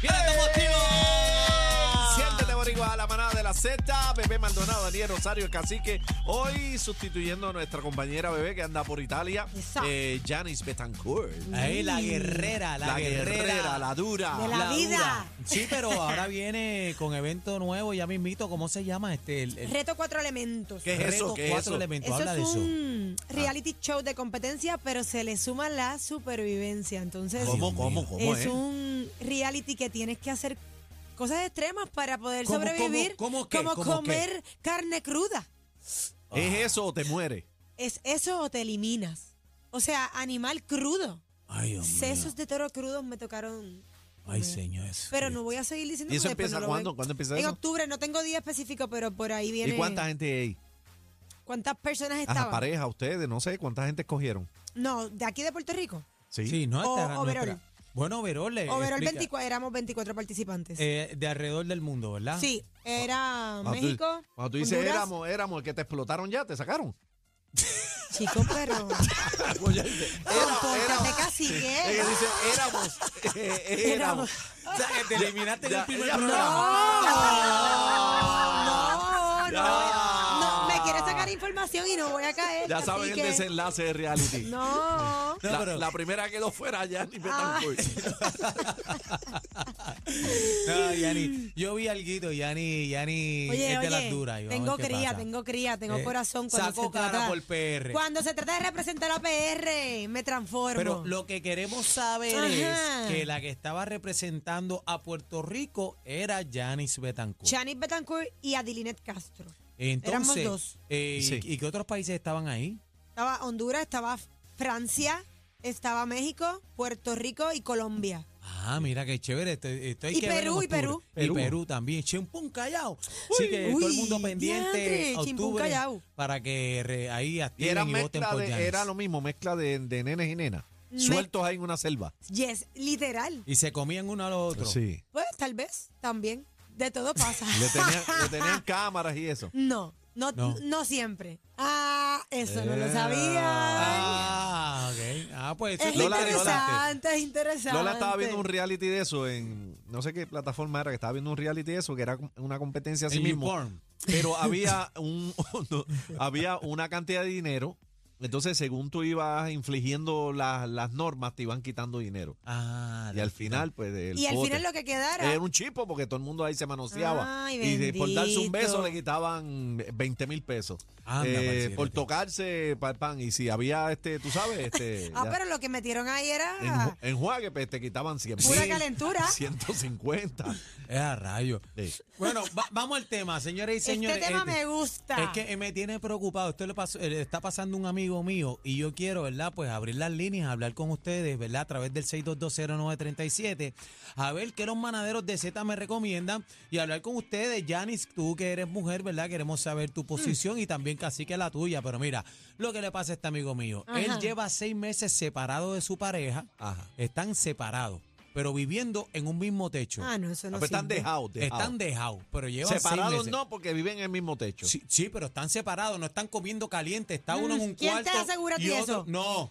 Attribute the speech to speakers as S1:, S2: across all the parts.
S1: Bien, estamos activos. Siéntete, Boricua, la manada de la Z. Bebé Maldonado, Daniel Rosario, el cacique. Hoy sustituyendo a nuestra compañera Bebé que anda por Italia,
S2: Exacto.
S1: eh, Janice Betancourt.
S3: Ay, la guerrera, la,
S1: La guerrera, la dura.
S2: De la- vida.
S3: dura. Sí, pero ahora viene con evento nuevo, ya mismito, ¿cómo se llama? Este, el, el
S2: Reto Cuatro Elementos.
S1: ¿Qué es
S3: reto
S1: eso? ¿Qué es
S3: cuatro
S1: eso?
S3: elementos,
S2: Eso
S3: habla
S2: es
S3: de eso.
S1: Mm.
S2: un reality show de competencia, pero se le suma la supervivencia. Entonces,
S1: ¿Cómo,
S3: Dios
S1: cómo,
S3: mío.
S1: cómo
S2: es
S1: eh?
S2: un reality que tienes que hacer cosas extremas para poder
S3: ¿Cómo,
S2: sobrevivir,
S3: cómo, cómo qué,
S2: como
S3: cómo qué?
S2: comer carne cruda.
S1: ¿Es eso o te muere?
S2: ¿Es eso o te eliminas? O sea, animal crudo.
S3: Ay, Dios mío.
S2: Sesos de toro crudos me tocaron.
S3: Ay,
S2: comer.
S3: señor. eso.
S2: Pero no voy a seguir diciendo
S1: ¿Y eso
S2: porque después
S1: empieza
S2: no lo
S1: cuándo?
S2: ven.
S1: ¿Cuándo empieza
S2: En
S1: eso?
S2: octubre, no tengo día específico, pero por ahí viene.
S1: ¿Y cuánta gente hay?
S2: ¿Cuántas personas
S1: A la
S2: estaban?
S1: pareja, ustedes, no sé, ¿cuánta gente escogieron?
S2: No, de aquí de Puerto Rico.
S3: Sí, no,
S2: O-
S3: esta-
S2: overall.
S3: nuestra- Bueno, overall.
S1: Eh,
S3: le
S2: Overall
S3: explica.
S2: 24, éramos 24 participantes.
S3: Eh, de alrededor del mundo, ¿verdad?
S2: sí, era
S1: Cuando tú-
S2: México.
S1: Cuando tú dices
S2: Honduras.
S1: éramos, éramos, el que te explotaron ya, te sacaron.
S2: Chico, pero. Compórtate casi
S1: Ella
S2: que.
S1: eh, dice éramos. eh, eh, éramos.
S2: Éramos.
S3: O sea, que te eliminaste en
S1: Ya,
S3: el primer
S1: ya,
S3: programa.
S2: No, no,
S1: Ya.
S2: no. Me quiere sacar información y no voy a caer.
S1: Ya
S2: así
S1: saben
S2: que-
S1: el desenlace de reality.
S2: No.
S3: No,
S1: la,
S3: pero-
S1: la primera quedó fuera ya ni
S2: Ah.
S1: Betancourt.
S3: No, Yanni. Yo vi alguito, Yanni, Yanni
S2: Oye,
S3: es de
S2: oye,
S3: las duras. y vamos a
S2: tengo
S3: ver qué
S2: cría,
S3: pasa.
S2: tengo cría, tengo
S3: Eh,
S2: corazón. Cuando
S3: saco
S2: se
S3: cara
S2: trata,
S3: por PR.
S2: Cuando se trata de representar a PR, me transformo.
S3: Pero lo que queremos saber
S2: Ajá.
S3: es que la que estaba representando a Puerto Rico era Janice Betancourt.
S2: Janice Betancourt y Adilinet Castro. éramos
S3: Entonces,
S2: dos.
S3: eh,
S1: Sí.
S3: ¿y qué otros países estaban ahí?
S2: Estaba Honduras, estaba Francia, estaba México, Puerto Rico y Colombia.
S3: Ah, mira qué chévere. esto- esto hay
S2: Y
S3: que verlo
S2: Perú,
S3: en
S2: y Perú.
S3: octubre. Y
S1: Perú.
S3: Perú también. Che, un pun callao. Así que todo el mundo
S2: uy,
S3: pendiente.
S2: diantre,
S3: a
S2: chimpún
S3: octubre
S2: callao.
S3: Para que re- ahí
S1: Y
S3: activen
S1: era,
S3: y, voten
S1: mezcla
S3: por
S1: de,
S3: Janice.
S1: era lo mismo, mezcla de, de nenes y nenas.
S2: Me-
S1: Sueltos ahí en una selva.
S2: Yes, literal.
S3: Y se comían uno al otro.
S1: Sí.
S2: Pues tal vez también. De todo pasa.
S1: Le tenían, le tenían cámaras y eso.
S2: no, no,
S3: No.
S2: no, siempre. Ah, eso no
S1: Eh,
S2: lo sabía.
S3: Ah, ok. Ah, pues eso
S2: Es
S3: es lo
S1: Lola,
S3: interesante.
S2: interesante, es interesante.
S1: Lola estaba viendo un reality de eso en no sé qué plataforma era que estaba viendo un reality de eso que era com- una competencia así
S3: En
S1: mismo.
S3: YouPorn.
S1: Pero había un no, había una cantidad de dinero. Entonces, según tú ibas infligiendo las, las normas, te iban quitando dinero.
S3: Ah,
S1: Y al final, pues. El
S2: Y al
S1: pote.
S2: final lo que quedara.
S1: Era un chipo porque todo el mundo ahí se manoseaba.
S2: Ay,
S1: y de- por darse un beso
S2: bendito.
S1: le quitaban 20 mil pesos.
S3: Anda,
S1: Eh,
S3: parciérate.
S1: por tocarse pa- pan. Y si había este, tú sabes, este.
S2: ah,
S1: ya,
S2: pero lo que metieron ahí
S1: en,
S2: era
S1: en juegue, pues, te quitaban 100
S2: pura
S1: mil, Ah,
S2: calentura.
S1: 150.
S3: Es a rayo.
S1: Sí.
S3: Bueno, va- vamos al tema, señores y señores.
S2: este tema
S3: Este-
S2: me gusta.
S3: Es que eh, me tiene preocupado. Esto le, pasó- eh, le está pasando a un amigo mío y yo quiero, ¿verdad? Pues abrir las líneas, hablar con ustedes, ¿verdad? A través del 6220937. A ver qué los manaderos de Z me recomiendan y hablar con ustedes. Janis, tú que eres mujer, ¿verdad? Queremos saber tu posición y también casi que la tuya. Pero mira, lo que le pasa a este amigo mío. Él
S2: Ajá.
S3: lleva seis meses separado de su pareja.
S1: Ajá.
S3: Están separados, pero viviendo en un mismo techo.
S2: ah, no, eso no
S1: Pues están
S2: sirve.
S1: dejados. dejados.
S3: Están dejados, pero llevan seis
S1: Separados
S3: meses.
S1: no, porque viven en el mismo techo.
S3: Sí, sí, pero están separados, no están comiendo caliente, está uno en un
S2: ¿Quién te
S3: cuarto.
S2: asegura a ti
S3: y otro-
S2: eso? Hmm.
S3: No,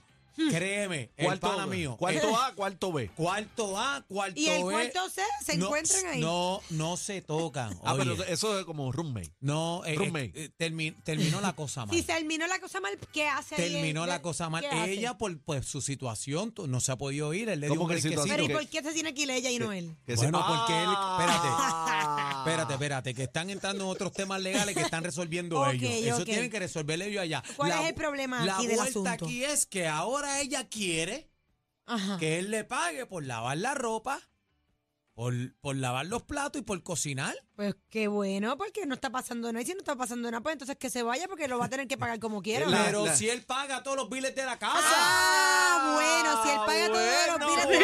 S3: créeme, el pana mío. eh.
S1: Cuarto
S3: el-
S1: A, cuarto B.
S3: cuarto A, cuarto
S2: Y el
S3: B,
S2: cuarto C se
S3: eh? no,
S2: encuentran ahí.
S3: No, no se tocan.
S1: Ah, pero
S3: oye.
S1: eso es como roommate.
S3: no, eh, eh,
S1: roommate.
S3: eh, termi- terminó la cosa mal.
S2: Si terminó la cosa mal, ¿qué hace ahí?
S3: Terminó
S2: ¿Qué-
S3: la cosa mal.
S2: qué hace?
S3: Ella, por pues, su situación, tú- no se ha podido ir. Él le dio
S1: ¿Cómo
S3: un
S1: que
S3: brequecito.
S1: situación?
S2: Pero ¿y
S1: que-
S2: por qué se tiene que ir ella y no él?
S1: Que
S3: Bueno,
S1: se-
S3: porque él-
S1: Ah.
S3: Espérate, espérate, que están entrando en otros temas legales que están resolviendo
S2: Ok,
S3: ellos. Eso
S2: ok.
S3: tienen que resolver ellos allá.
S2: ¿Cuál es el problema
S3: la
S2: aquí del
S3: vuelta
S2: asunto? Ah.
S3: aquí es que ahora ella quiere
S2: Ajá.
S3: que él le pague por lavar la ropa Por, por lavar los platos y por cocinar.
S2: Pues qué bueno, porque no está pasando nada. Y si no está pasando nada, pues entonces que se vaya porque lo va a tener que pagar como quiera.
S1: La-
S3: Pero
S1: la-
S3: si él paga todos los biles de la casa.
S2: Ah, bueno, si él paga todos los biles de la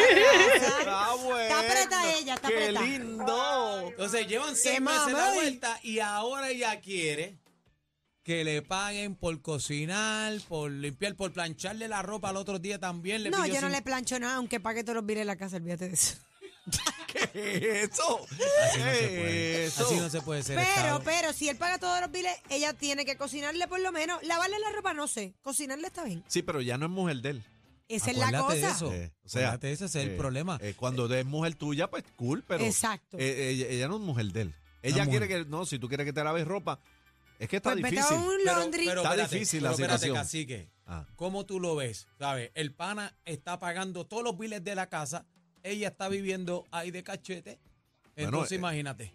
S2: casa.
S1: Ah, bueno.
S2: Está apretada ella, está
S1: Qué
S2: apretada.
S1: lindo.
S3: Entonces llevan seis meses
S2: mamey.
S3: la vuelta y ahora ya quiere que le paguen por cocinar, por limpiar, por plancharle la ropa al otro día también. Le
S2: No,
S3: pidió
S2: yo no
S3: cin-
S2: le plancho nada, aunque pague todos los biles de la casa, olvídate de eso.
S1: ¿Qué es eso?
S3: Así no se puede.
S1: Eso.
S3: Así no se puede ser.
S2: Pero,
S3: Estado.
S2: pero, si él paga todos los biles, ella tiene que cocinarle por lo menos. Lavarle la ropa, no sé. Cocinarle está bien.
S1: Sí, pero ya no es mujer de él.
S2: Esa es la
S3: Acuérdate de
S2: cosa.
S3: eso.
S1: Eh,
S3: Acuérdate, ese es el
S1: eh,
S3: problema.
S1: eh, cuando es mujer tuya, pues cool, pero.
S2: Exacto.
S1: eh, ella, ella no es mujer de él. Ella
S3: No es
S1: quiere que. No, si tú quieres que te laves ropa, es que está
S2: Pues vete a
S1: difícil.
S2: un laundry.
S1: Está difícil la
S3: pero
S1: situación.
S3: Espérate, cacique.
S1: Ah.
S3: ¿Cómo tú lo ves? ¿Sabes? El pana está pagando todos los biles de la casa. Ella está viviendo ahí de cachete.
S1: Bueno,
S3: Entonces,
S1: eh,
S3: imagínate.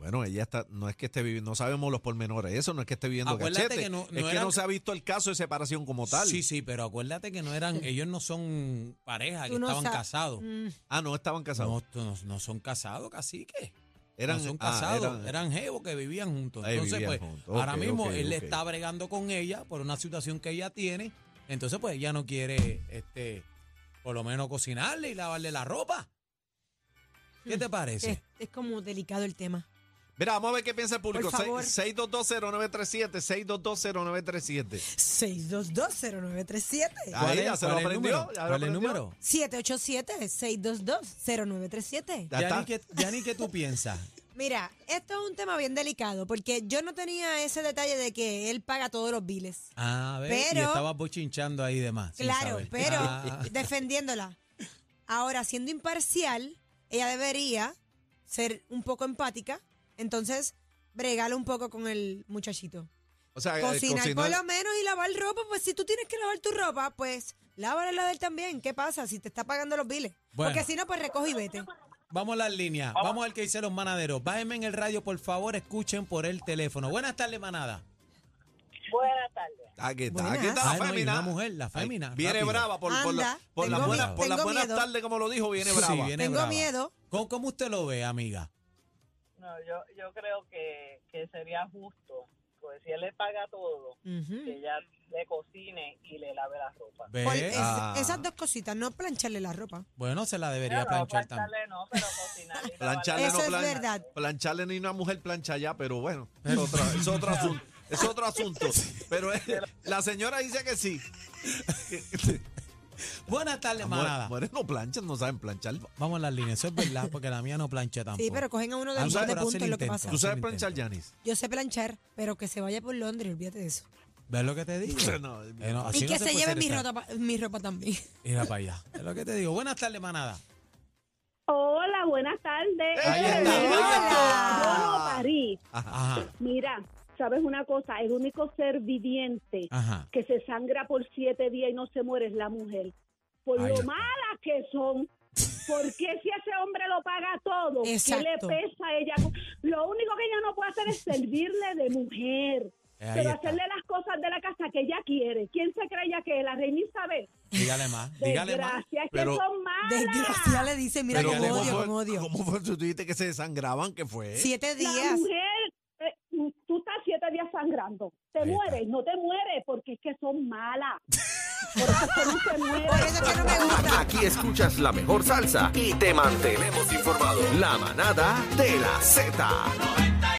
S1: Bueno, ella está, no es que esté viviendo, no sabemos los pormenores, eso no es que esté viviendo
S3: Acuérdate
S1: cachete,
S3: que no- no
S1: es que
S3: era-
S1: no se ha visto el caso de separación como tal.
S3: Sí, sí, pero acuérdate que no eran, ellos no son pareja, que
S2: Tú no
S3: estaban
S2: sabes.
S3: casados.
S2: Mm,
S1: Ah, no estaban casados.
S3: No, no, no son casados, cacique.
S1: eran
S3: no son
S1: ah,
S3: casados,
S1: eran-
S3: eran jevos que vivían juntos.
S1: Ah,
S3: Entonces,
S1: vivían
S3: pues,
S1: juntos.
S3: ahora
S1: Ok,
S3: mismo
S1: ok,
S3: él
S1: ok.
S3: está bregando con ella por una situación que ella tiene. Entonces, pues, ella no quiere, este, por lo menos cocinarle y lavarle la ropa. ¿Qué te
S2: es,
S3: parece?
S2: es como delicado el tema.
S1: Mira, vamos a ver qué piensa el público.
S2: Por favor.
S1: 6220937, 6220937.
S2: 6220937.
S1: Ah, ella se lo
S3: el
S1: aprendió,
S3: número?
S1: ya lo
S3: ¿Cuál es el
S1: aprendió.
S3: número?
S2: 787-622-0937.
S1: Ya está.
S3: Yani, ¿qué, Yani, ¿qué tú piensas?
S2: Mira, esto es un tema bien delicado porque yo no tenía ese detalle de que él paga todos los biles.
S3: Ah, a ver,
S2: Pero-
S3: y estabas bochinchando ahí de más. sin
S2: Claro,
S3: saber.
S2: pero
S3: Ah,
S2: defendiéndola. Ahora, siendo imparcial, ella debería ser un poco empática, entonces bregala un poco con el muchachito.
S1: O sea, eh,
S2: Cocinar,
S1: cocinar-
S2: por lo menos y lavar ropa, pues si tú tienes que lavar tu ropa, pues lávala la de él también. ¿Qué pasa si te está pagando los biles?
S3: Bueno.
S2: Porque si no, pues recoge y vete.
S3: vamos a las líneas, vamos al que dice los manaderos. Bájenme en el radio, por favor, escuchen por el teléfono. Buenas tardes, manada.
S4: Buenas tardes.
S1: Aquí está,
S2: Buenas.
S1: aquí está la
S3: Ah, no, y
S1: fémina.
S3: una mujer, la fémina,
S1: Ay, Viene
S3: rápido.
S1: brava por, por, la-
S2: Anda,
S1: por las
S2: tengo
S1: buenas,
S3: miedo,
S1: por las
S2: tengo
S1: buenas
S2: miedo.
S1: tardes, como lo dijo, viene
S3: Sí,
S1: brava.
S3: viene
S2: Tengo
S3: brava.
S2: miedo.
S3: ¿Cómo, cómo usted lo ve, amiga?
S4: No, yo, yo creo que, que sería justo, pues si él le paga todo,
S2: Ujú.
S3: Eh,
S4: que ella le cocine y le lave la ropa.
S3: ¿Ve?
S2: Por es-
S1: Ah.
S2: esas dos cositas, no plancharle la ropa.
S3: Bueno, se la debería
S4: No, no,
S3: planchar también.
S4: plancharle no, pero cocinar. y
S1: Plancharle
S4: lavarle.
S2: Eso
S1: no
S2: es
S1: plan-
S2: verdad.
S1: Plancharle ni una mujer plancha ya, pero bueno, es otro, es otro asunto. Es otro asunto. Pero eh, la señora dice que sí.
S3: Buenas tardes, manada.
S1: Las mujeres no planchan, no saben planchar.
S3: Vamos a las líneas, eso es verdad, porque la mía no plancha tampoco.
S2: Sí, pero cogen a uno de
S3: Ah,
S2: los
S3: ¿sabes?
S2: de
S3: Pero hace
S2: puntos
S3: el
S2: lo que
S3: intento.
S2: pasa.
S1: ¿Tú sabes
S3: Hacen
S1: planchar,
S3: intento.
S1: Yanis?
S2: Yo sé planchar, pero que se vaya por Londres, olvídate de eso.
S3: ¿Ves lo que te digo?
S1: No,
S3: Eh,
S2: y
S3: así no
S2: que se,
S3: puede
S2: lleve
S3: ser
S2: mi
S3: esta-
S2: ropa, mi ropa también.
S3: Mira para allá. Es lo que te digo. Buenas tardes, manada.
S5: Hola, buenas tardes.
S3: Ahí está,
S5: Yo
S2: hola.
S5: no parí.
S3: Ajá,
S5: Mira, sabes una cosa, el único ser viviente
S3: ajá.
S5: que se sangra por siete días y no se muere es la mujer. Por
S3: Ahí
S5: lo
S3: está.
S5: malas que son. Porque si ese hombre lo paga todo,
S2: Exacto.
S5: ¿qué le pesa a ella? Lo único que ella no puede hacer es servirle de mujer.
S3: Eh, ahí
S5: pero
S3: está.
S5: hacerle las cosas de la casa que ella quiere. ¿Quién se cree ella que es? La reina Isabel?
S3: Dígale más, dígale más.
S5: Desgracia, es que
S1: Pero-
S5: son malas.
S2: Desgraciada le dice, mira,
S3: Pero
S2: con
S3: ¿cómo
S2: odio,
S1: fue,
S2: con odio.
S1: ¿Cómo fue? Tú dijiste que se desangraban, ¿qué
S3: ¿Eh?
S1: fue?
S2: Siete
S5: La
S2: días.
S5: mujer, eh, tú estás siete días sangrando. Te
S3: Ahí está.
S5: mueres, no te mueres, porque es que son malas. Por eso es que no te mueres.
S2: Por eso es que no me gusta.
S6: Aquí escuchas la mejor salsa y te mantenemos informado. La manada de la Z.